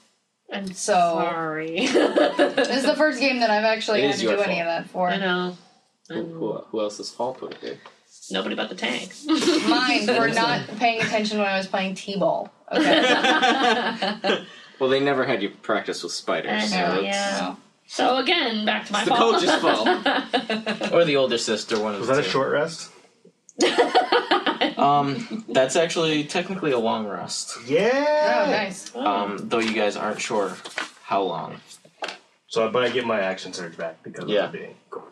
I'm So- sorry. This is the first game that I've actually It had is to do your any of that for. I know. Who, Um, who, who else's fault would it be? Nobody but the tank. Mine for not paying attention when I was playing t-ball. Okay. Well, they never had you practice with I spiders, so know, it's, yeah. So again, back to my It's the fault. coach's or the older sister, one of Was the that a two. short rest? Um, that's actually technically a long rest. Oh, Yeah. nice. Um, though you guys aren't sure how long. So, but I get my action surge back because Yeah. of it being cool.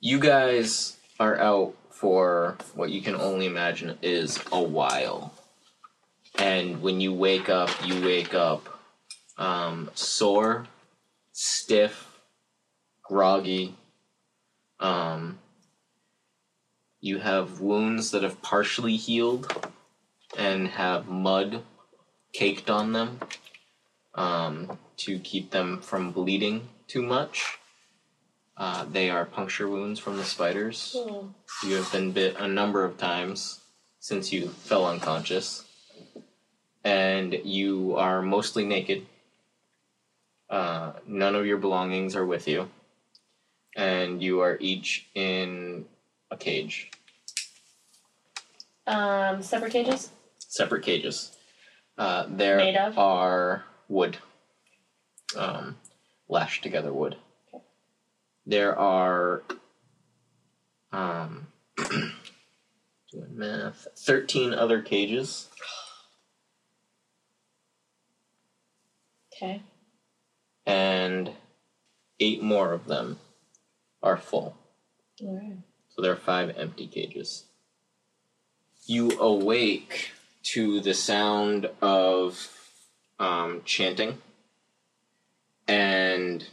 You guys are out for what you can only imagine is a while. And when you wake up, you wake up um, sore, stiff, groggy. Um, you have wounds that have partially healed and have mud caked on them um, to keep them from bleeding too much. Uh, they are puncture wounds from the spiders. Hmm. You have been bit a number of times since you fell unconscious. And you are mostly naked. Uh, none of your belongings are with you. And you are each in a cage, Um, separate cages. separate cages. Uh, there Made of? are wood, um, lashed together wood. There are, um, doing math, 13 other cages. Okay. and eight more of them are full. Alright. So there are five empty cages. You awake to the sound of um, chanting and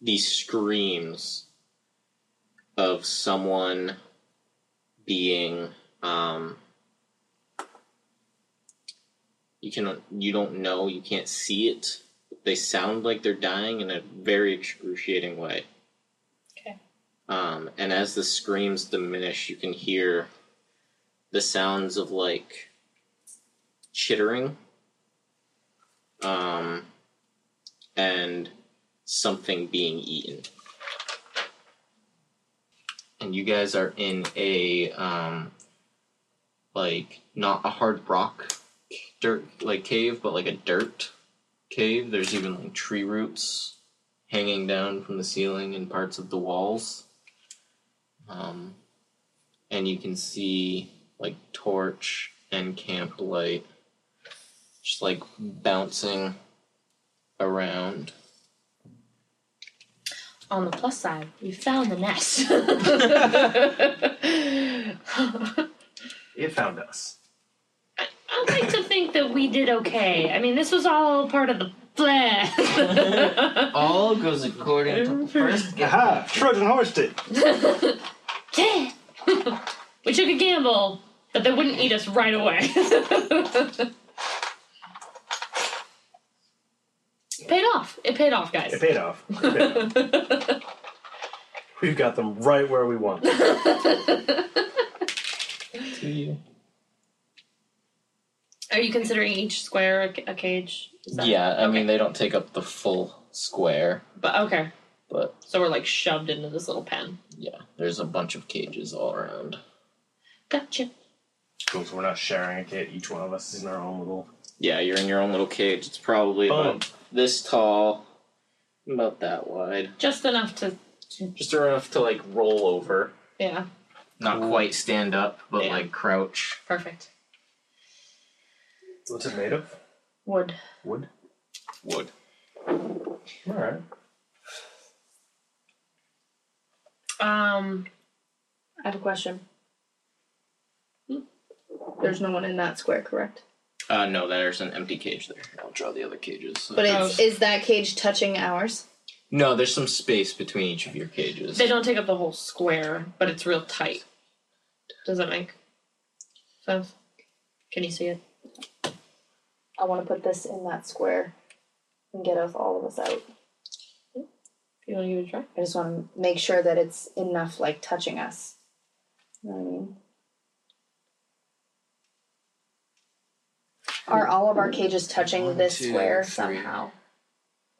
the screams of someone being. Um, you can you don't know you can't see it they sound like they're dying in a very excruciating way. Okay. Um, and as the screams diminish, you can hear the sounds of like chittering, um, and something being eaten. And you guys are in a um, like not a hard rock dirt like cave, but like a dirt cave. There's even like tree roots hanging down from the ceiling and parts of the walls. Um, and you can see like torch and camp light just like bouncing around. On the plus side, you found the nest. It found us. I'd like to think that we did okay. I mean, this was all part of the plan. All goes according to first Aha! Trojan horsed it. yeah. we took a gamble, but they wouldn't eat us right away. paid off. It paid off, guys. It paid off. It paid off. We've got them right where we want. them. to you. Are you considering each square a, c- a cage? Is that- Yeah, I mean okay. they don't take up the full square, But okay, but so we're like shoved into this little pen. yeah, there's a bunch of cages all around. Gotcha. Cool, so we're not sharing a kid. Each one of us is in our own little. Yeah, you're in your own little cage. It's probably Boom. about this tall, about that wide. Just enough to, Just enough to like roll over. yeah, Not quite stand up, but Yeah. like crouch. perfect. What's it made of? Wood. Wood. Wood. All right. Um, I have a question. There's no one in that square, correct? Uh, no, there's an empty cage there. I'll draw the other cages. But it's, is that cage touching ours? no, there's some space between each of your cages. they don't take up the whole square, but it's real tight. Does that make sense? Can you see it? I want to put this in that square and get us all of us out. You want to give it a try? I just want to make sure that it's enough, like touching us. You know what I mean? Are all of our cages touching One, this two, square three. somehow?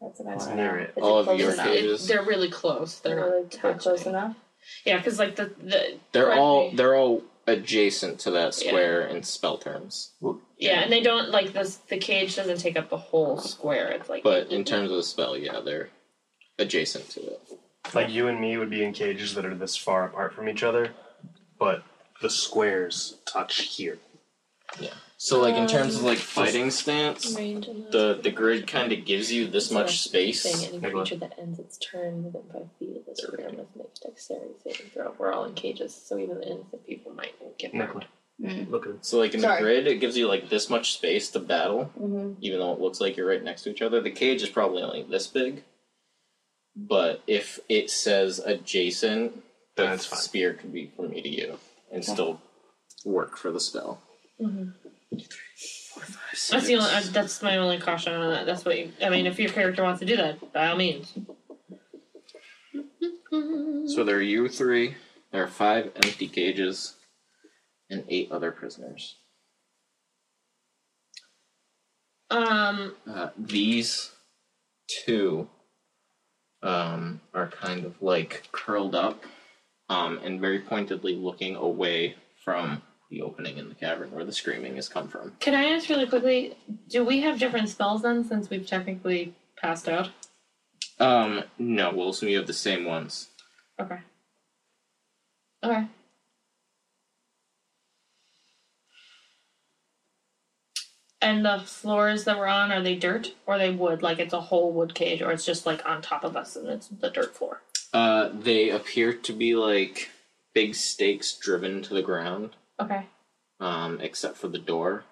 That's what I It's want near to it. know. All of Is it close your enough? cages. It- they're really close. They're not Really tight, close touching. enough. Yeah, because like the the They're right, all they- they're all adjacent to that Yeah. square in spell terms. yeah, and they don't like this. The cage doesn't take up the whole square. It's like But in terms of the spell, yeah, they're adjacent to it. Like you and me would be in cages that are this far apart from each other, but the squares touch here. So like in terms of like fighting stance, range and the the grid kind of gives you this much thing. space. Any Maybe. creature that ends its turn within five feet of this room must make a dexterity saving throw. We're all in cages, so even the innocent people might get Nicola, hurt. look at this. So like in Sorry. the grid, it gives you like this much space to battle, hmm even though it looks like you're right next to each other. The cage is probably only this big, but if it says adjacent, Then the it's fine. spear could be from me to you and still work for the spell. Mm-hmm. That's the only. Uh, that's my only caution on that. That's what you, I mean. If your character wants to do that, by all means. So there are you three. There are five empty cages, and eight other prisoners. Um. Uh, these two um, are kind of like curled up um, and very pointedly looking away from the opening in the cavern where the screaming has come from. Can I ask really quickly? Do we have different spells then, since we've technically passed out? Um, no, we'll assume you have the same ones. Okay. Okay. And the floors that we're on, are they dirt or are they wood? Like it's a whole wood cage or it's just like on top of us and it's the dirt floor. Uh, they appear to be like big stakes driven to the ground, Okay. um, except for the door,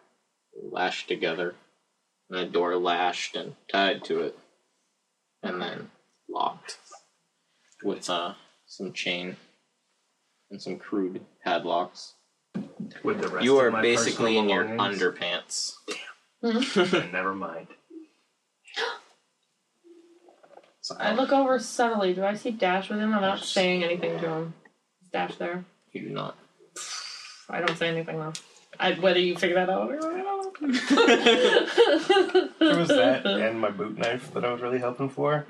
lashed together, and the door lashed and tied to it, and then locked with uh, some chain and some crude padlocks. With the rest you of are my basically personal in your belongings? underpants. Mm-hmm. Never mind. I look over subtly. Do I see Dash with him? I'm not saying anything to him. Is Dash there? You do not. I don't say anything though. I, whether you figure that out. It was that and my boot knife that I was really helping for.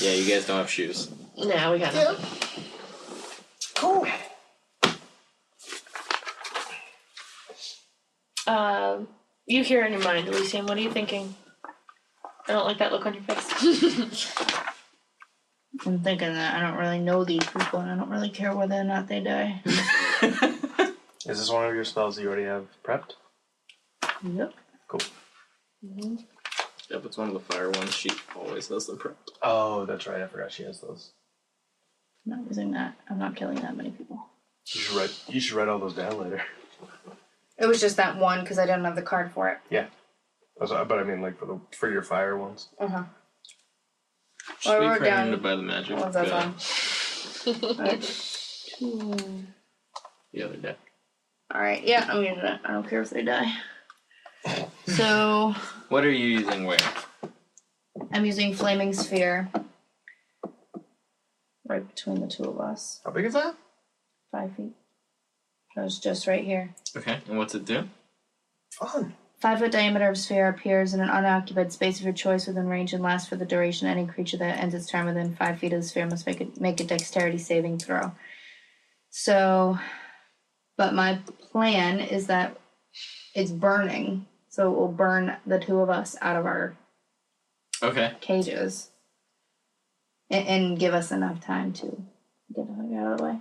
yeah, you guys don't have shoes. Nah, we got it. Cool. Um, you hear in your mind, Elysium. What are you thinking? I don't like that look on your face. I'm thinking that I don't really know these people and I don't really care whether or not they die. Is this one of your spells you already have prepped? Yep. Yep, it's one of the fire ones. She always has them prepped. Oh, that's right. I forgot she has those. I'm not using that. I'm not killing that many people. You should write. You should write all those down later. It was just that one because I didn't have the card for it. That's what- But I mean, like for the for your fire ones. Uh huh. She's I wrote down- by the magic What was that uh, one? Two. the other day. All right. Yeah, I'm gonna do that. I don't care if they die. So What are you using where? I'm using flaming sphere. Right between the two of us, How big is that? five feet. That was just right here. Okay, and what's it do? Fun. Five foot diameter of sphere appears in an unoccupied space of your choice within range and lasts for the duration. Any creature that ends its turn within five feet of the sphere must make a, make a dexterity saving throw. So, but my plan is that it's burning, so it will burn the two of us out of our Okay, cages and, and give us enough time to get the fuck out of the way.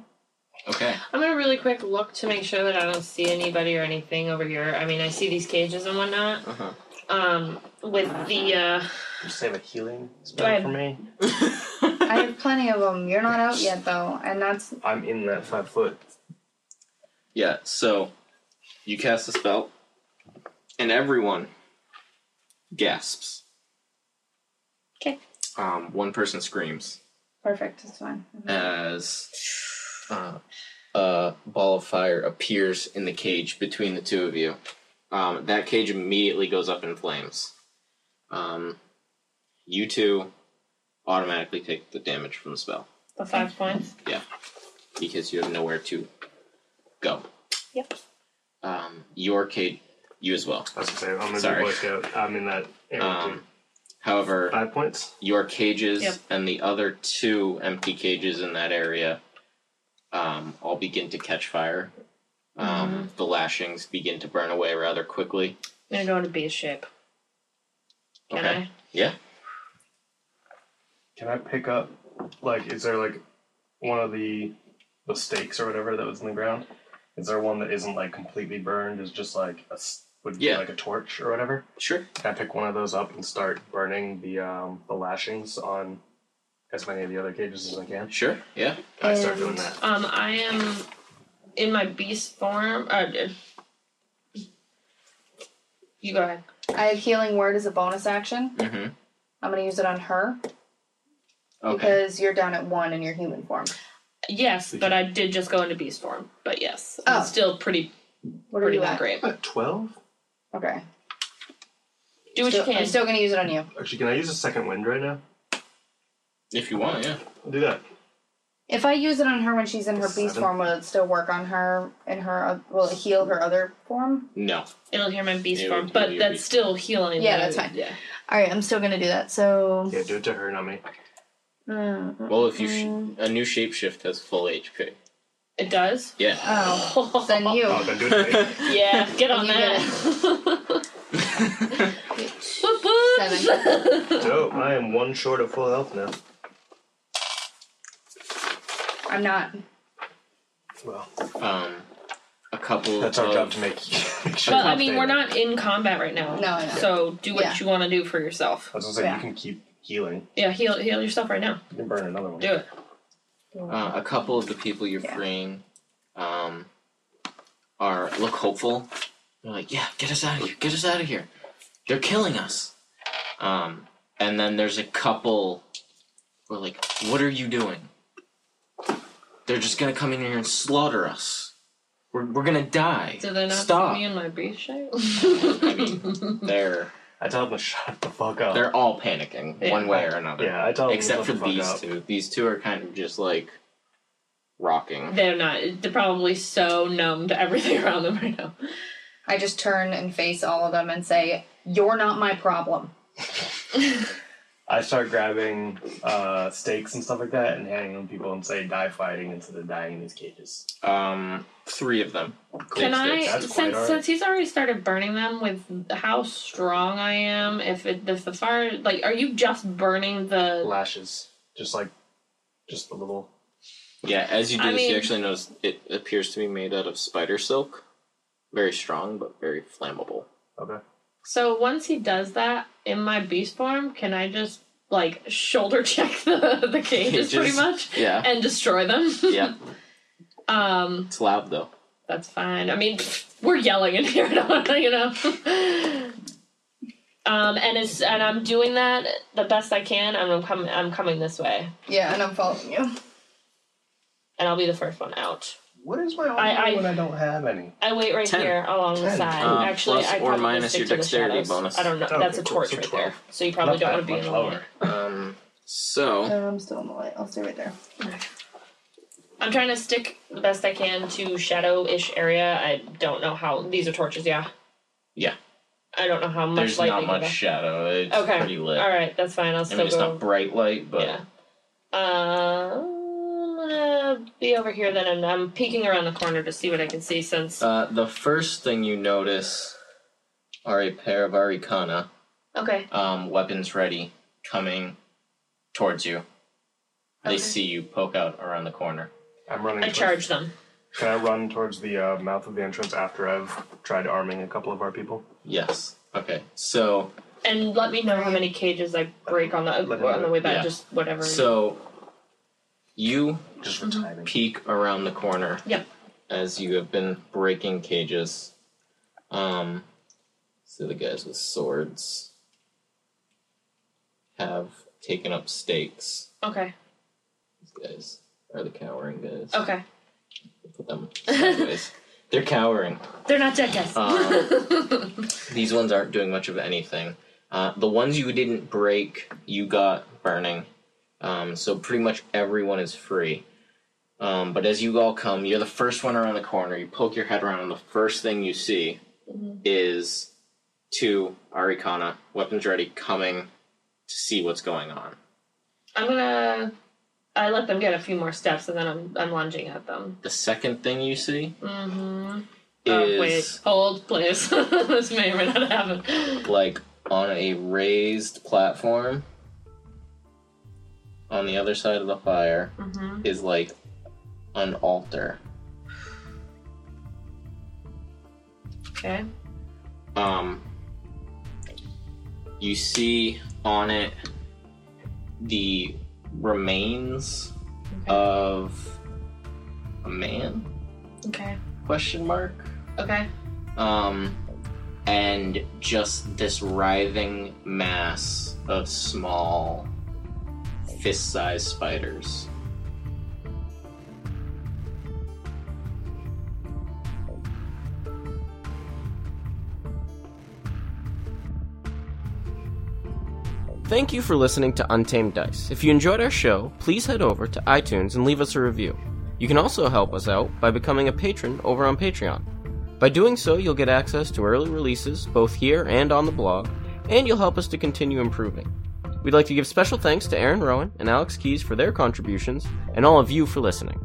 okay. I'm gonna really quick look to make sure that I don't see anybody or anything over here. I mean, I see these cages and whatnot. Uh-huh. Um, with the uh, Just have a healing Do I- spell for me. I have plenty of them. You're not out yet, though, and that's I'm in that five foot. yeah, so you cast a spell, and everyone gasps. 'Kay. Um, one person screams perfect. It's fine. as uh, a ball of fire appears in the cage between the two of you. Um, that cage immediately goes up in flames. Um, you two automatically take the damage from the spell. the five points. because you have nowhere to go. Yep. Um, your cage, you as well. I was gonna say I'm gonna Sorry. do Boy Scout. I'm in that area Um, too. however, Five points. your cages Yep. and the other two empty cages in that area um, all begin to catch fire. Um, Mm-hmm. The lashings begin to burn away rather quickly. I'm gonna go into B shape. Can Okay. I? Yeah. Can I pick up? Like, is there like one of the the stakes or whatever that was in the ground? Is there one that isn't like completely burned? Is just like a s- would be Yeah. like a torch or whatever? Sure. Can I pick one of those up and start burning the um, the lashings on as many of the other cages as I can? Sure. Yeah. I start And- doing that. Um, I am in my beast form. Uh, d- you go ahead. I have healing word as a bonus action. Mm-hmm. I'm gonna use it on her Okay. because you're down at one in your human form. Yes, but I did just go into beast form. But yes, I'm Oh. still pretty What are pretty you not at? great. I'm at twelve. Okay. Do what you Still- I'm can. still gonna use it on you. Actually, can I use a second wind right now? If you want, yeah. I'll do that. If I use it on her when she's in her beast Seven. form, will it still work on her and her? oth- Will it heal her other form? No. It'll hear my beast It form, would but be your that's beast. still healing. Yeah, the- that's fine. Yeah. All right, I'm still gonna do that. So. Yeah, do it to her, not me. Mm, Well, if you mm, sh- a new shapeshift has full HP. It does. Yeah. Oh, then you. Oh, then do it to me. yeah, get on You that. get Whoop, whoop. Seven. Dope. I am one short of full health now. I'm not. Well, Um, a couple. that's our of, job to make, make sure. well, we're I mean, we're updated. not in combat right now. No, I know. So do what Yeah. you want to do for yourself. I was gonna say Yeah. you can keep healing. Yeah, heal heal yourself right now. You can burn another one. Do it. Uh, a couple of the people you're Yeah. freeing um, are look hopeful. They're like, "Yeah, get us out of here! Get us out of here! They're killing us!" Um, and then there's a couple who are like, "What are you doing? They're just gonna come in here and slaughter us. We're we're gonna die. Do they not Stop! see me in my brief shape? I mean, they're I tell them to shut the fuck up. they're all panicking Yeah. one way or another. yeah, I tell them Except for to shut the fuck these up. two. These two are kind of just like rocking. They're not. They're probably so numb to everything around them right now. I just turn and face all of them and say, "You're not my problem." I start grabbing uh, stakes and stuff like that and handing them to people and say, "Die fighting instead of dying in these cages." Um, three of them. Can I, Stakes. that's quite since alright. since he's already started burning them with how strong I am? If it, if the fire, like, are you just burning the? Lashes, just like, just a little. Yeah, as you do I this, mean- you actually notice it appears to be made out of spider silk. Very strong, but very flammable. Okay. So once he does that in my beast form, can I just like shoulder check the the cages pretty Cages. much Yeah, and destroy them? yeah. Um, It's loud though. that's fine. I mean, we're yelling in here, you know. Um, and it's and I'm doing that the best I can. I'm coming. I'm coming this way, Yeah, and I'm following you. and I'll be the first one out. What is my armor I- I- when I don't have any? I wait right Ten. here along the Ten. side. Um, Actually, plus I or probably minus stick your to the dexterity shadows. bonus. I don't know. Okay, That's a cool. torch So right 12. there. So you probably Not don't bad, want to be in much the lower. light. Um, Uh, so I'm still in the light. I'll stay right there. I'm trying to stick the best I can to shadow-ish area. I don't know how these are torches. Yeah. Yeah. I don't know how much there's light. not they give much off. shadow. It's Okay. pretty lit. All right, that's fine. I'll I still mean, it's go. not bright light, but yeah. Um, I'm gonna be over here then, and I'm peeking around the corner to see what I can see since. uh, the first thing you notice are a pair of arikana, okay. um, weapons ready, coming towards you. They Okay. see you poke out around the corner. I'm running. I towards- charge them. Can I run towards the uh, mouth of the entrance after I've tried arming a couple of our people? Yes. Okay. So And let me know how many cages I break on the Let me on the know. way back. Yeah. Just whatever. so you Just Mm-hmm. for timing. peek around the corner. Yep. As you have been breaking cages. Um so the guys with swords have taken up stakes. okay. These guys are the cowering guys. Okay. Put them sideways. They're cowering. They're not dead guys. Uh, These ones aren't doing much of anything. Uh, the ones you didn't break, you got burning. Um, so pretty much everyone is free. Um, but as you all come, you're the first one around the corner. You poke your head around, and the first thing you see is two Arikana, weapons ready, coming to see what's going on. I'm gonna. I let them get a few more steps, and then I'm I'm lunging at them. The second thing you see Mm-hmm. is Oh, wait, hold, please. this may or may not happen. like on a raised platform on the other side of the fire Mm-hmm. is like an altar. Okay. Um, you see on it the remains of a man? Okay. Question mark. Okay. Um, and just this writhing mass of small fist-sized spiders. Thank you for listening to Untamed Dice. If you enjoyed our show, please head over to iTunes and leave us a review. You can also help us out by becoming a patron over on Patreon. By doing so, you'll get access to early releases, both here and on the blog, and you'll help us to continue improving. We'd like to give special thanks to Aaron Rowan and Alex Keys for their contributions, and all of you for listening.